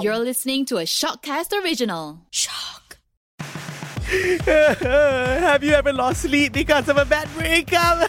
You're listening to a Shockcast original. Shock. Have you ever lost sleep because of a bad breakup?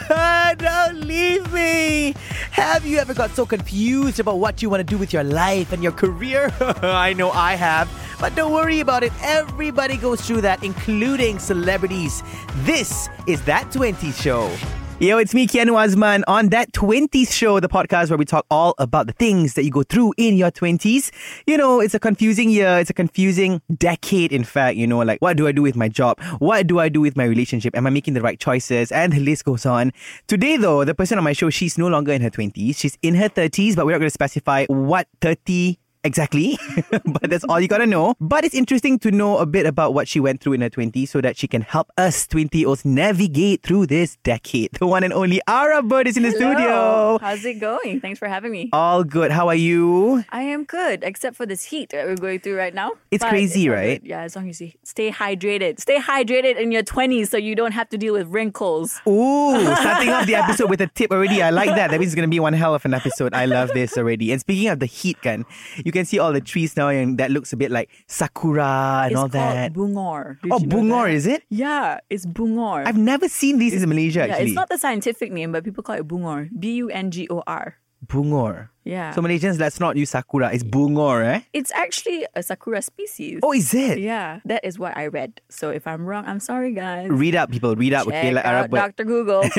Don't leave me. Have you ever got so confused about what you want to do with your life and your career? I know I have. But don't worry about it. Everybody goes through that, including celebrities. This is That 20 Show. Yo, it's me, Keanu Osman, on That 20s Show, the podcast where we talk all about the things that you go through in your 20s. You know, it's a confusing year, it's a confusing decade, in fact. You know, like, what do I do with my job? What do I do with my relationship? Am I making the right choices? And the list goes on. Today, though, the person on my show, she's no longer in her 20s. She's in her 30s, but we're not going to specify what 30 Exactly. but that's all you gotta know. But it's interesting to know a bit about what she went through in her 20s so that she can help us 20 olds navigate through this decade. The one and only Ara Bird is in the Hello. studio. Uh, How's it going? Thanks for having me. All good. How are you? I am good, except for this heat that we're going through right now. It's But crazy, all right? good. Yeah, as long as you stay hydrated. Stay hydrated in your 20s so you don't have to deal with wrinkles. Ooh, starting off the episode with a tip already. I like that. That means it's gonna be one hell of an episode. I love this already. And speaking of the heat gun, you can see all the trees now and that looks a bit like sakura and it's all called that. Bungor. Did oh, you know bungor that? is it? Yeah, it's Bungor. I've never seen these in Malaysia yeah, actually. it's not the scientific name, but people call it Bungor. B U N G O R. Bungor. Yeah. So Malaysians, let's not use sakura. It's bungor, eh? It's actually a Sakura species. Oh, is it? Yeah, that is what I read. So if I'm wrong, I'm sorry, guys. Read up, people. Read up. okay, Check like out Arab word. Dr. Google.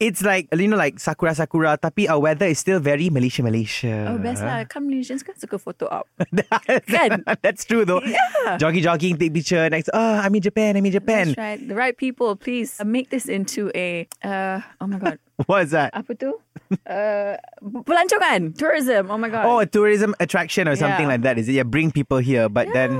It's like you know, like sakura, sakura. Tapi our weather is still very Malaysia, Malaysia. Oh, best lah. Come Malaysians kan suka photo up. kan? Uh-huh. That's true though. Yeah. Jogging, jogging, take picture. Next, oh, I'm in Japan. I'm in Japan. That's right. The right people, please uh, make this into a, uh, oh my God, What's that? apa tu? Uh, pelancongan, tourism, oh my God. Oh, a tourism attraction or something Yeah. like that, is it? Yeah, bring people here, but Yeah. then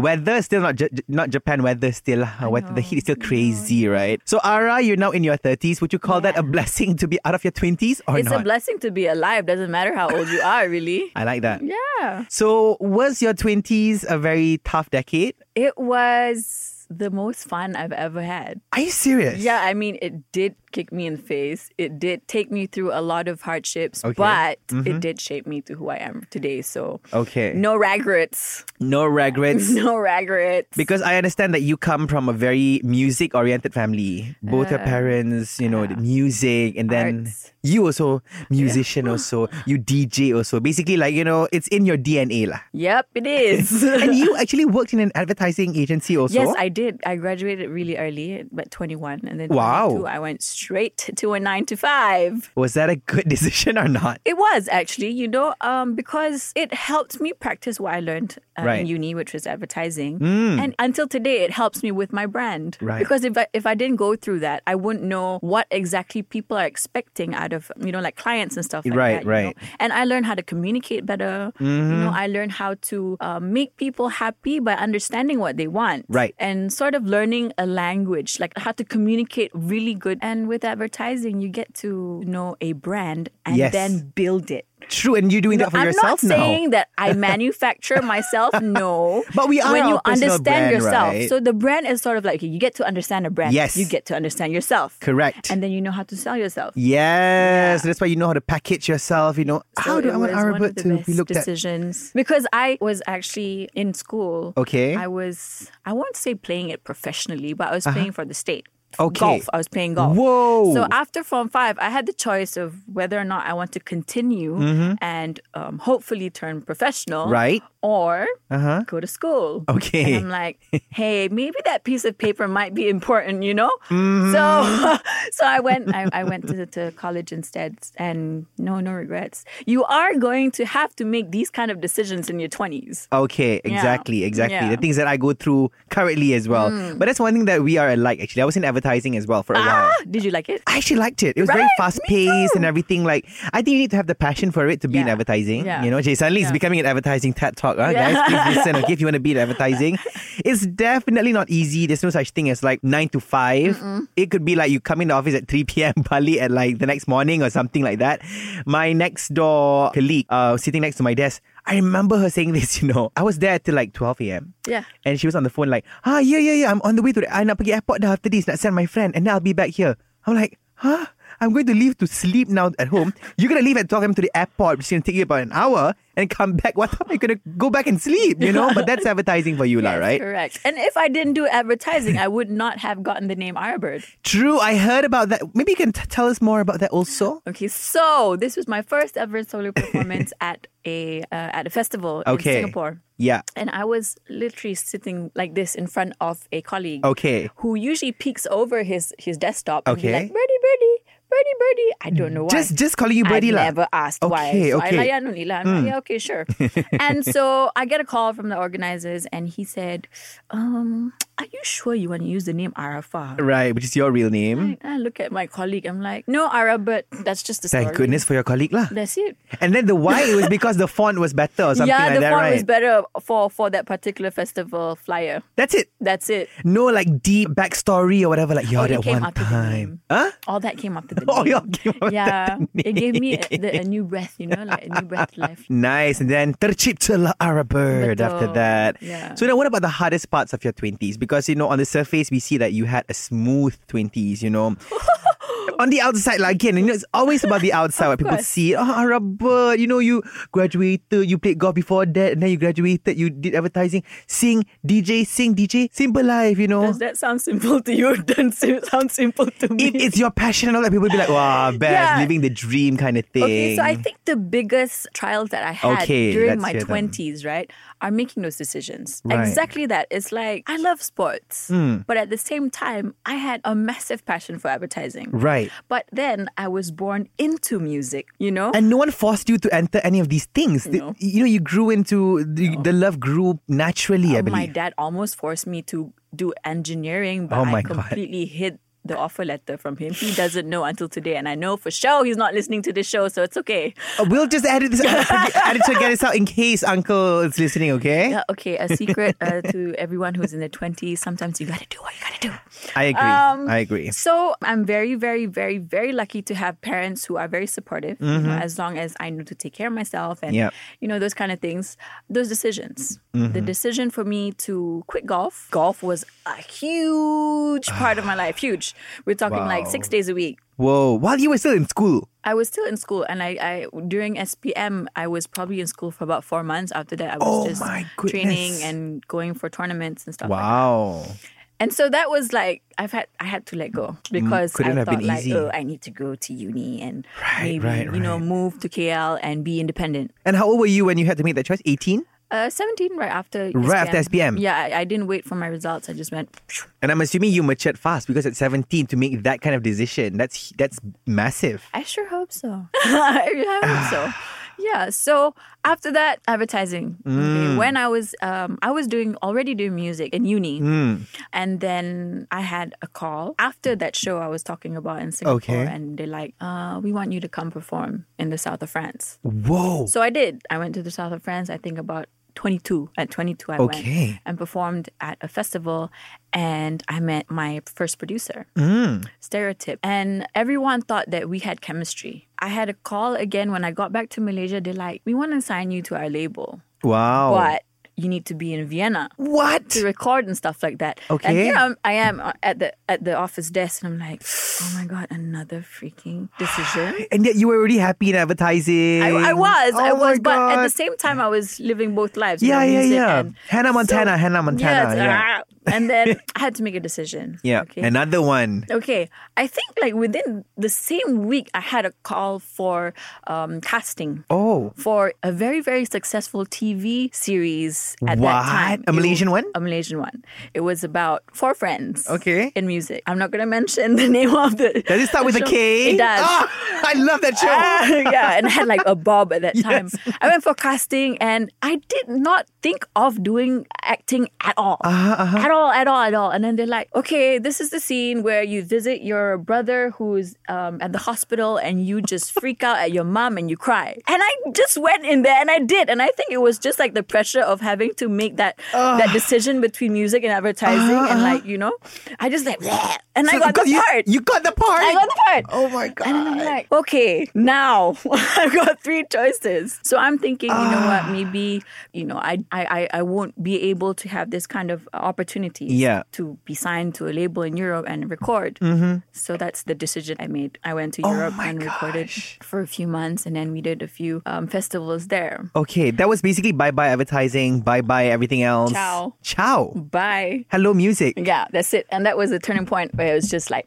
weather is still not J- J- not Japan weather still. Uh, weather, the heat is still crazy, right? So Ara, you're now in your thirties. Would you call that a blessing to be out of your twenties or it's not? a blessing to be alive. Doesn't matter how old you are, really. I like that. Yeah. So, was your 20s a very tough decade? It was the most fun I've ever had. Are you serious? Yeah, I mean, it did kick me in the face. It did take me through a lot of hardships, Okay. Mm-hmm. but it did shape me to who I am today. So, Okay. no regrets. No regrets. No regrets. Because I understand that you come from a very music oriented family. Both your parents, you know, the music, and then Arts. you also, musician also, you DJ also. Basically, like, you know, it's in your DNA. lah. Yep, it is. And you actually worked in an advertising agency also? Yes, I did. I graduated really early, but 21. And then Wow. 22, I went straight to a nine to five. Was that a good decision or not? It was actually, you know, um, because it helped me practice what I learned uh, Right. Mm. in uni, which was advertising. And until today, it helps me with my brand. Right. Because if I, if I didn't go through that, I wouldn't know what exactly people are expecting out of, you know, like clients and stuff like Right, that. you right. Mm-hmm. know. And I learned how to communicate better. You know, I learned how to uh, make people happy by understanding what they want. Right. And sort of learning a language, like how to communicate really good. And with advertising, you get to know a brand and Yes. then build it. True, and you're doing that for I'm yourself not now. saying that I manufacture myself. No, But we are when you our personal understand brand, yourself. right? So the brand is sort of like okay, you get to understand a brand. Yes. you get to understand yourself. Correct. and then you know how to sell yourself. Yes, that's why you know how to package yourself. You know, So how do it I want was one our of bird the to best be looked at? decisions because I was actually in school. Okay. Uh-huh. I was I won't say playing it professionally, but I was playing for the state. Okay. Golf. I was playing golf. Whoa. So after Form Five, I had the choice of whether or not I want to continue and um, hopefully turn professional, Mm-hmm. Right. Or Uh-huh. go to school. Okay. And I'm like, hey, maybe that piece of paper might be important, you know? Mm-hmm. So so I went I, I went to, to college instead and no no regrets. You are going to have to make these kind of decisions in your twenties. Okay, exactly, exactly. The Yeah. Mm. things that I go through currently as well. But that's one thing that we are alike, actually. I was in advertising as well for a Ah! while. Did you like it? I actually liked it. It was very Right, fast paced and everything. Like, I think you need to have the passion for it to be in Yeah, advertising. yeah. You know, Jay, suddenly it's becoming an advertising TED talk. Huh? Yeah. Guys, please listen. Okay, if you want to be in advertising, it's definitely not easy. There's no such thing as like nine to 5 It could be like you come in the office at 3 p.m. Bali at like the next morning or something like that. My next door colleague uh, sitting next to my desk, I remember her saying this, you know, I was there till like 12 a.m. Yeah. And she was on the phone like, ah, yeah, yeah, yeah, I'm on the way to the, I nak pergi airport dah after this, nak send my friend and then I'll be back here. I'm like, huh? I'm going to leave to sleep now at home. You're going to leave at 12 a.m. to the airport, which is going to take you about an hour and come back. What time are you going to go back and sleep? You know, but that's advertising for you, lah, right? Correct. And if I didn't do advertising, I would not have gotten the name Irebird. True. I heard about that. Maybe you can t- tell us more about that also. Okay, so this was my first ever solo performance at a uh, at a festival Okay. in Singapore. Yeah. And I was literally sitting like this in front of a colleague Okay. who usually peeks over his his desktop and be Okay. like, birdie, birdie, birdie, birdie. I don't know why. Just just calling you birdie I've lah. never asked why. Okay, So okay. Mm. I layan only lah. I'm like, yeah, okay, sure. and so I get a call from the organizers, and he said, um, "Are you sure you want to use the name Arafah?" Right, which is your real name. I look at my colleague. I'm like, "No, Ara, but that's just the story." Thank goodness for your colleague lah. That's it. And then the why it was because the font was better or something yeah, like the that, font right? was better for for that particular festival flyer. That's it. That's it. No like deep backstory or whatever. Like you're that it Oh, came one after the time, name. huh? All that came after the Oh, name. yeah, came after yeah, the it gave me a, the, a new breath, you know, like a new breath life. Nice. And then tercipta la Arab bird after Betul. that. Yeah. So now what about the hardest parts of your 20s? Because, you know, on the surface, we see that you had a smooth 20s, you know. on the outside, like, again, you know, it's always about the outside what people course. see. Oh, Arab bird. You know, you graduated, you played golf before that, and then you graduated, you did advertising, sing, DJ, sing, DJ, simple life, you know. Does that sound simple to you? Doesn't sim- sound simple to me. If it's your passion and all that, people be like, wow, best, Yeah. living the dream kind of thing. Okay, so I think the biggest trials that I had Okay, during let's my hear them. 20s, right, are making those decisions. Right. Exactly that. It's like, I love sports, but at the same time, I had a massive passion for advertising. Right. But then I was born into music, you know? And no one forced you to enter any of these things. The- No. you know, you grew into the, the love grew naturally. I Oh my believe. dad almost forced me to do engineering, but Oh my I God. completely hid the offer letter from him. He doesn't know until today, and I know for sure he's not listening to this show, so it's okay. Uh, we'll just edit this out, add it to get this out in case Uncle is listening. Okay, Yeah, okay, a secret uh, to everyone who's in their 20s sometimes you gotta do what you gotta do. I agree. I agree. Um, So I'm very, very, very, very lucky to have parents who are very supportive. you know, as long as I know to take care of myself and Mm-hmm. Yep. Mm-hmm. you know those kind of things, those decisions. The decision for me to quit golf. Golf was a huge part of my life. Huge. We're talking like Wow. six days a week. Whoa! While you were still in school, I was still in school, and I, I during SPM, I was probably in school for about four months. After that, I was Oh just my training goodness. and going for tournaments and stuff. like wow! and so that was like I've had I had to let go because Mm. couldn't I have thought been like easy. oh I need to go to uni and Right, maybe right, you know right. move to KL and be independent. And how old were you when you had to make that choice? Eighteen. Uh, Seventeen right after Right after SPM. Yeah, I, I didn't wait for my results. I just went. phew. And I'm assuming you matured fast because at 17 to make that kind of decision, that's that's massive. I sure hope so. I hope so. Yeah. So after that, advertising. Okay, When I was, um, I was doing already doing music in uni, and then I had a call after that show I was talking about in Singapore, Okay. and they're like, uh, "We want you to come perform in the south of France." Whoa! So I did. I went to the south of France. I think about. 22 at 22 I Okay. went and performed at a festival and I met my first producer Mm. stereotype. And everyone thought that we had chemistry. I had a call again when I got back to Malaysia. They're like, we want to sign you to our label, Wow! but you need to be in Vienna What? to record and stuff like that. And Okay. here I'm, I am uh, at the at the office desk, and I'm like, oh my god, another freaking decision. And yet you were already happy in advertising. I, I was, I Oh my was, but at God. the same time, I was living both lives. you Yeah, know, yeah, music yeah. and- Hannah Montana, Hannah Montana, it's- yeah. ah. And then I had to make a decision. Yeah, Okay. another one. Okay, I think like within the same week, I had a call for um, casting Oh, for a very very successful TV series at What? that time. A It- Malaysian one? A Malaysian one. It was about four friends. Okay. In music, I'm not gonna mention the name of the. does it start with a show. K? It does. Ah, I love that show. Ah, yeah, and I had like a bob at that time. Yes. I went for casting and I did not think of doing acting at all. Uh-huh, At all, at all, at all. And then they're like, okay, this is the scene where you visit your brother who's um, at the hospital and you just freak out at your mom and you cry. And I just went in there and I did. And I think it was just like the pressure of having to make that that decision between music and advertising and like, you know, I just like, bleh. and I Uh-huh, So- got because the you, part. You got the part. I got the part. Oh my god. And then I'm like, okay, now I've got three choices. So I'm Ah. thinking, you know what, maybe, you know, I, I, I- I won't be able to have this kind of opportunity opportunities Yeah. Mm-hmm. to be signed to a label in Europe and record. So that's the decision I made. I went to Europe Oh my and recorded gosh. for a few months, and then we did a few um, festivals there. Okay, that was basically bye bye advertising, bye bye everything else. Ciao. Ciao. Bye. Hello, music. Yeah, that's it. And that was a turning point where it was just like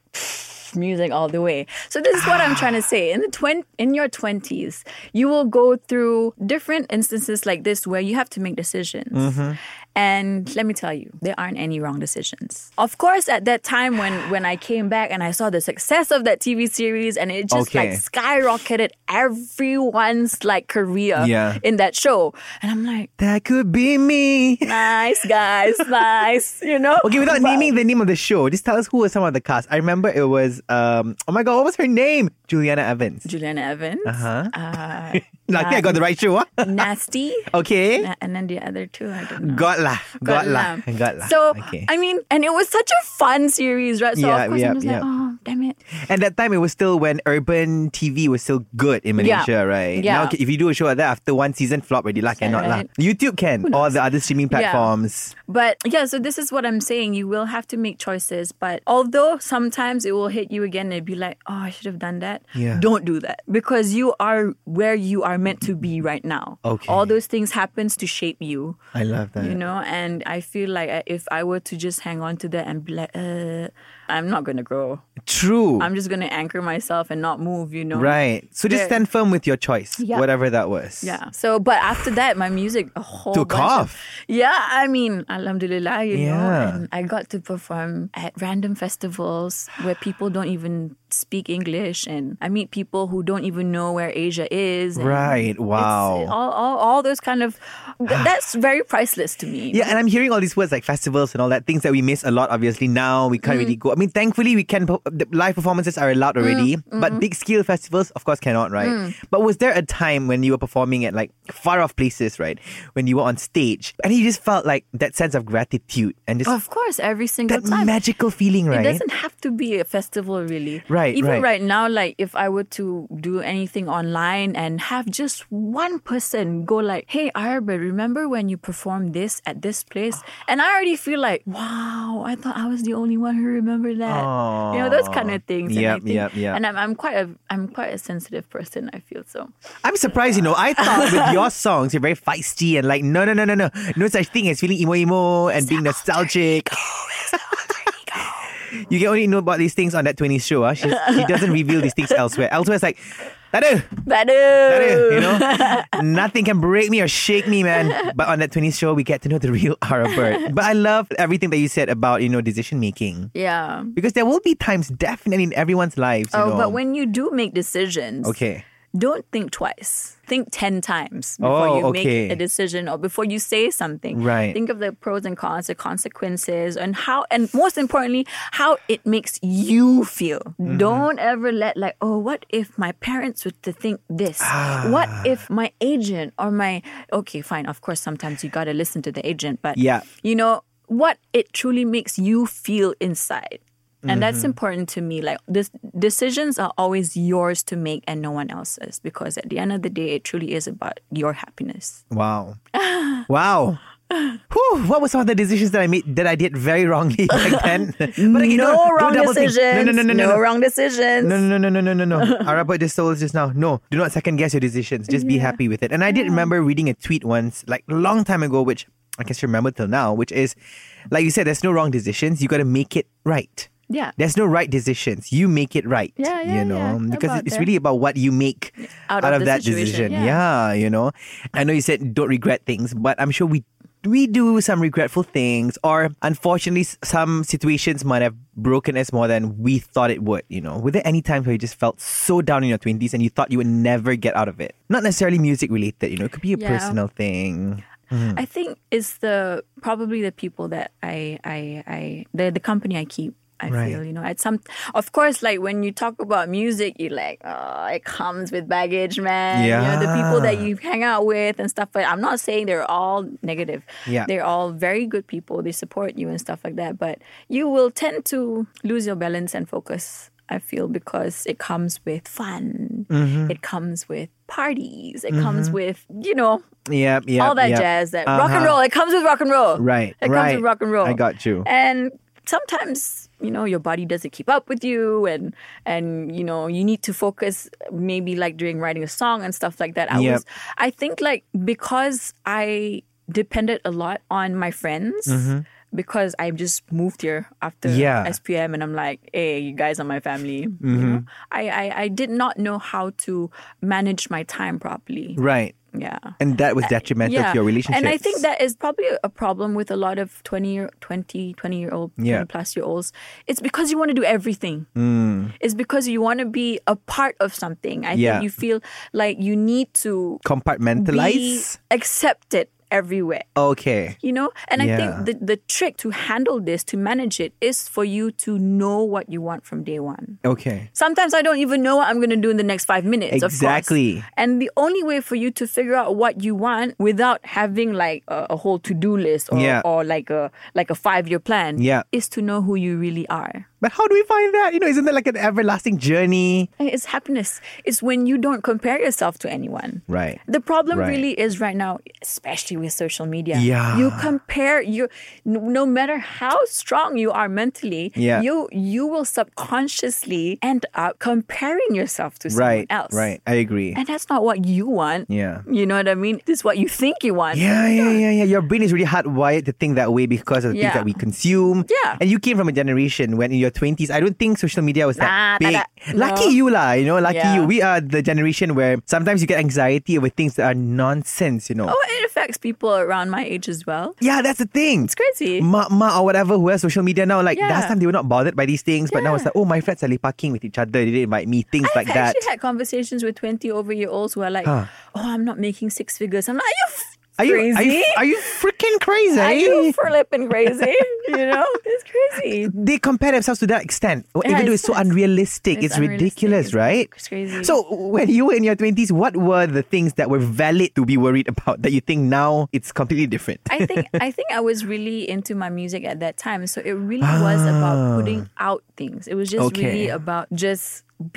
music all the way. So this is what I'm trying to say. In the twen- in your 20s, you will go through different instances like this where you have to make decisions. Mm-hmm. And let me tell you, there aren't any wrong decisions. Of course, at that time when when I came back and I saw the success of that TV series and it just Okay. like skyrocketed everyone's like career Yeah. in that show. And I'm like, That could be me. nice guys, nice, you know. Okay, without But- naming the name of the show, just tell us who was some of the cast. I remember it was um oh my god, what was her name? Juliana Evans. Juliana Evans, Huh? uh, Lucky I got the right show. Huh? Nasty, Okay. a- and then the other two, I don't know. Got lah. Got lah. Lam. Got lah. So okay. I mean, and it was such a fun series, right? So Yeah, of course yeah, I'm just yeah. like, oh damn it, And that time it was still when urban TV was still good in Malaysia, right? Yeah. Now if you do a show like that after one season flop already, lah cannot Right. lah. YouTube can or the other streaming Yeah. platforms. But yeah, so this is what I'm saying. You will have to make choices. But although sometimes it will hit you again and be like, oh, I should have done that. Yeah. Don't do that because you are where you are meant to be right now. Okay. All those things happens to shape you. I love that. You know, and I feel like I- if I were to just hang on to that and be like, uh, I'm not gonna grow. True. I'm just gonna anchor myself and not move. You know. Right. So just There- stand firm with your choice, Yeah. whatever that was. Yeah. So, but after that, my music a whole Took off. bunch of- yeah, I mean, alhamdulillah, you Yeah. know, and I got to perform at random festivals where people don't even speak English, and I meet people who don't even know where Asia is. and Right. it's Wow. all, all, all those kind of th- that's very priceless to me. Yeah, and I'm hearing all these words like festivals and all that, things that we miss a lot, obviously. Now we can't Mm. really go. I mean, thankfully, we can. per- The live performances are allowed already, Mm, mm-hmm. but big scale festivals, of course, cannot, right? But was there a time when you were performing at like far off places, right? When you were on stage and you just felt like that sense of gratitude and just Of course, every single that time. magical feeling, It right? doesn't have to be a festival, really. Right, Even right. right. now, like if I were to do anything online and have just one person go like, "Hey, Arba, remember when you performed this at this place?" and I already feel like, "Wow, I thought I was the only one who remembered that." You know those kind of things. and I Yep, think, yep, yep. And I'm, I'm quite a I'm quite a sensitive person. I feel so. I'm surprised, you know. I thought with your songs, you're very feisty and like, no, no, no, no, no. No such thing as feeling emo emo and being nostalgic. You can only know about these things on that 20s show. Ah, She's, she doesn't reveal these things elsewhere. Elsewhere, it's like, that Better. you know? Nothing can break me or shake me, man. But on that 20s show, we get to know the real Ara Bird. But I love everything that you said about, you know, decision making. Yeah. Because there will be times, definitely in everyone's lives, you Oh, know. but when you do make decisions, Okay. don't think twice. Think 10 times before Oh, you okay. make a decision or before you say something. Right. Think of the pros and cons, the consequences, and how, and most importantly, how it makes you feel. Don't ever let, like, oh, what if my parents were to think this? What if my agent or my, okay, fine, of course, sometimes you got to listen to the agent, but Yeah. you know, what it truly makes you feel inside. And that's important to me. Like this decisions are always yours to make and no one else's because at the end of the day it truly is about your happiness. Wow. wow. Whew, what were some of the decisions that I made that I did very wrongly back then? but again, no don't- don't wrong double think. decisions. No, no, no, no, no, no. wrong decisions. No, no, no, no, no, no, no, no. Araba just told us just now. No, do not second guess your decisions. Just be happy with it. And I did remember reading a tweet once, like a long time ago, which I guess you remember till now, which is, like you said, there's no wrong decisions. You got to make it right. Yeah. There's no right decisions. You make it right. Yeah, yeah, You know, yeah. because About it's that. really about what you make out, Out of, of the that situation, decision. yeah. yeah, you know. I know you said don't regret things, but I'm sure we we do some regretful things, or unfortunately, s- some situations might have broken us more than we thought it would. You know, were there any times where you just felt so down in your twenties and you thought you would never get out of it? Not necessarily music related. You know, it could be a Yeah. personal thing. Mm. I think it's the probably the people that I I I the the company I keep. I Right. feel you know at some of course like when you talk about music you're like oh it comes with baggage man you know the people that Yeah. you hang out with and stuff but I'm not saying they're all negative Yeah. they're all very good people they support you and stuff like that but you will tend to lose your balance and focus I feel because it comes with fun, Mm-hmm. it comes with parties, it comes with you know Yep, yep. all that yep. jazz, that rock and Uh-huh. roll. It comes with rock and roll, Right, It right. comes with rock and roll. I got you. And sometimes you know your body doesn't keep up with you, and and you know you need to focus maybe like during writing a song and stuff like that. I Yep. was, I think like because I depended a lot on my friends. Because I just moved here after Mm-hmm. Yeah. Mm-hmm. SPM, and I'm like, hey, you guys are my family. You know? I, I I did not know how to manage my time properly. Right. Yeah. And that was detrimental to your relationship. Uh, And I think that is probably a problem with a lot of 20 year 20 20 year old Yeah. 20 plus year olds. It's because you want to do everything. It's because you want to be a part of something. Mm. Yeah. I think you feel like you need to be compartmentalize. accepted everywhere. Okay. You know, and I Yeah. think the, the trick to handle this, to manage it, is for you to know what you want from day one. Okay. Sometimes I don't even know what I'm going to do in the next five minutes. of course. Exactly. And the only way for you to figure out what you want without having like a, a whole to-do list or, Yeah. or like a like a five-year plan Yeah. is to know who you really are. But how do we find that? You know, isn't that like an everlasting journey? It's happiness. It's when you don't compare yourself to anyone. Right. The problem Right. really is right now, especially with social media. Yeah. You compare you no no matter how strong you are mentally, Yeah. you you will subconsciously end up comparing yourself to Right. someone else. Right. I agree. And Mm, that's not what you want. Yeah. You know what I mean? This is what you think you want. yeah, yeah, yeah, yeah. Your brain is really hardwired to think that way because of the things that Yeah. we consume. Yeah. And you came from a generation when in your twenties, I don't think social media was that Nah, big. tada. Lucky No. you lah, you know, lucky Yeah. you. We are the generation where sometimes you get anxiety over things that are nonsense, you know. Oh, it affects people around my age as well. Yeah, that's the thing. It's crazy. Ma, ma or whatever who has social media now, like Yeah. last time they were not bothered by these things, but now it's Yeah. like, oh, my friends are lepaking with each other. They didn't invite me. Things like I've that. actually had conversations with 20 over year olds who are like, Huh. oh, I'm not making six figures. I'm like, are you f- Are you, crazy? are you are you freaking crazy? Are you flipping crazy? you know, it's crazy. they compare themselves to that extent, Yeah, even though it's it's so nuts. unrealistic. It's, It's unrealistic. ridiculous, It's- right? it's crazy. So, when you were in your twenties, what were the things that were valid to be worried about that you think now it's completely different? I think I think I was really into my music at that time, so it really was about putting out things. It was just Ah. Okay. really about just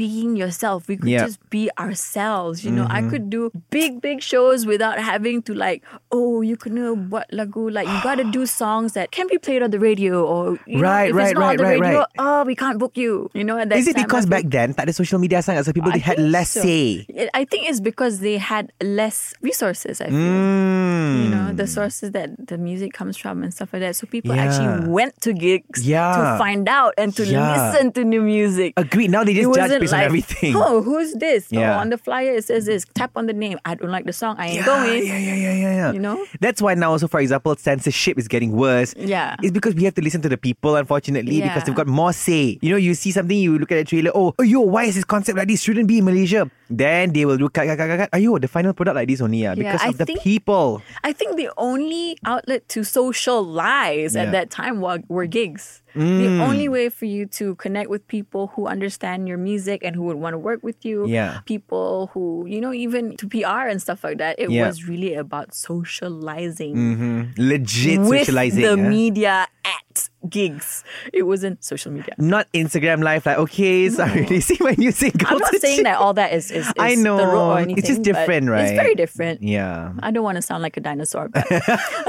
being yourself. We could Yeah. Mm-hmm. just be ourselves. You know, I could do big big shows without having to like, oh, you can know what lagu like. You got to do songs that can be played on the radio or you know, Right, if right, it's not right, on the right, radio, right. oh, we can't book you. You know, at that Is it time, I because feel- back then, tak ada social media sangat, so people I they had think less so. say? It- I think it's because they had less resources. I feel Mm. you know the sources that the music comes from and stuff like that so people Yeah. actually went to gigs Yeah. to find out and to Yeah. listen to new music Agreed. Now they it just judge wasn't based like, on everything. oh who's this Yeah. oh on the flyer it says this tap on the name i don't like the song i ain't yeah, going yeah, yeah, yeah, yeah, yeah. You know? That's why now also, for example, censorship is getting worse. Yeah. It's because we have to listen to the people, unfortunately, because Yeah. they've got more say. You know, you see something, you look at the trailer, oh, oh, yo, why is this concept like this? Shouldn't be in Malaysia. Then they will do cut, cut, cut, cut, cut. Ayo, the final product like this only, yeah, because I of the think- people. i think the only outlet to Yeah. socialize Hmm. at that time were, were gigs the only way for you to connect with people who understand your music and who would want to work with you Yeah. people who you know even to pr and stuff like that it Yeah. was really about socializing Mm, Legit with socializing. the eh? media at gigs. It wasn't social media. Not Instagram live, like, okay, sorry, see my new single. I'm not saying that all that is, is, is I know. the rule or It's anything. just but different, It's right? very different. Yeah. I don't want to sound like a dinosaur, but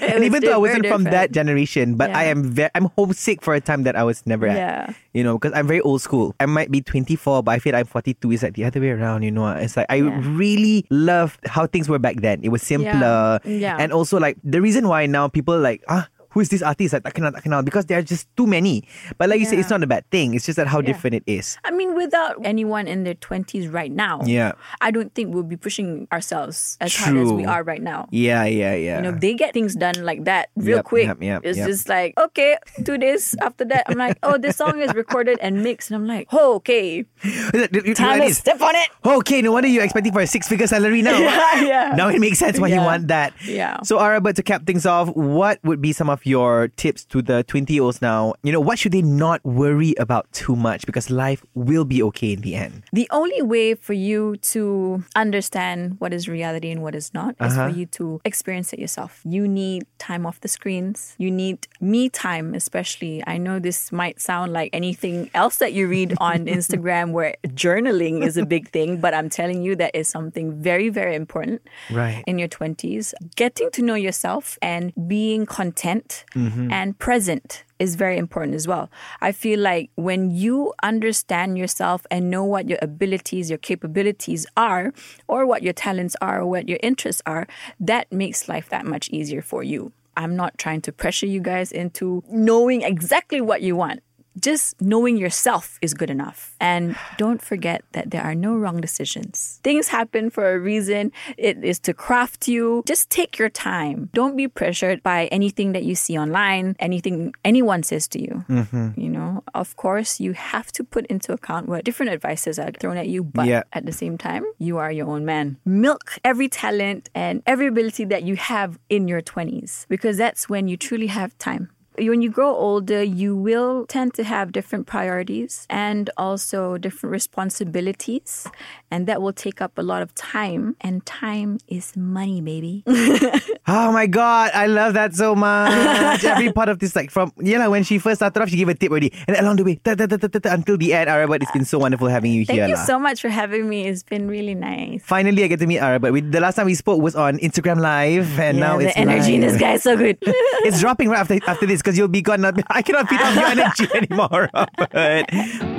And even though I wasn't from that generation, generation, but I Yeah. am very, I'm homesick for a time that I was never at. Yeah. You know, because I'm very old school. I might be 24, but I feel I'm 42. It's like the other way around, you know. It's like I Yeah. really loved how things were back then. It was simpler. Yeah. And also like the reason why now people like, ah, who is this artist? Like, tak kenal, tak kenal. Because there are just too many. But like you said, Yeah. it's not a bad thing. It's just that how Yeah. different it is. I mean, without anyone in their twenties right now, Yeah. I don't think we'll be pushing ourselves as hard as we True. are right now. Yeah, yeah, yeah. You know, they get things done like that real Yep, quick. yep, yep, it's yep. just like, okay, two days after that, I'm like, oh, this song is recorded and mixed. And I'm like, oh, okay, You know what time it to is? step on it. Okay, no wonder you're expecting for a six-figure salary now. yeah. Now it makes sense why you Yeah. want that. Yeah. So, Ara, but to cap things off, what would be some of your tips to the 20 year olds now, you know, what should they not worry about too much? Because life will be okay in the end. The only way for you to understand what is reality and what is not is for you to experience it yourself. You need time off the screens. You need me time, especially. I know this might sound like anything else that you read on Instagram where journaling is a big thing, but I'm telling you that is something very, very important Right. in your 20s. Getting to know yourself and being content and present is very important as well. I feel like when you understand yourself and know what your abilities, your capabilities are, or what your talents are, or what your interests are, that makes life that much easier for you. I'm not trying to pressure you guys into knowing exactly what you want. Just knowing yourself is good enough. And don't forget that there are no wrong decisions. Things happen for a reason. It is to craft you. Just take your time. Don't be pressured by anything that you see online, anything anyone says to you. Hmm. You know, of course, you have to put into account what different advices are thrown at you, but Yeah. at the same time, you are your own man. Milk every talent and every ability that you have in your 20s because that's when you truly have time. When you grow older, you will tend to have different priorities and also different responsibilities, and that will take up a lot of time. And time is money, baby. Oh my god, I love that so much. Every part of this, like from yeah, like when she first started off, she gave a tip already, and then along the way, ta, ta, ta, ta, ta, ta, until the end, Arabat, it's been so wonderful having you Thank here. you lah. so much for having me. It's been really nice. Finally, I get to meet Arabat. We, the last time we spoke was on Instagram Live, and now the it's energy in live. this guy is so good. It's dropping right after after this because you'll be gone. Not, I cannot feed off your energy anymore, Arabat.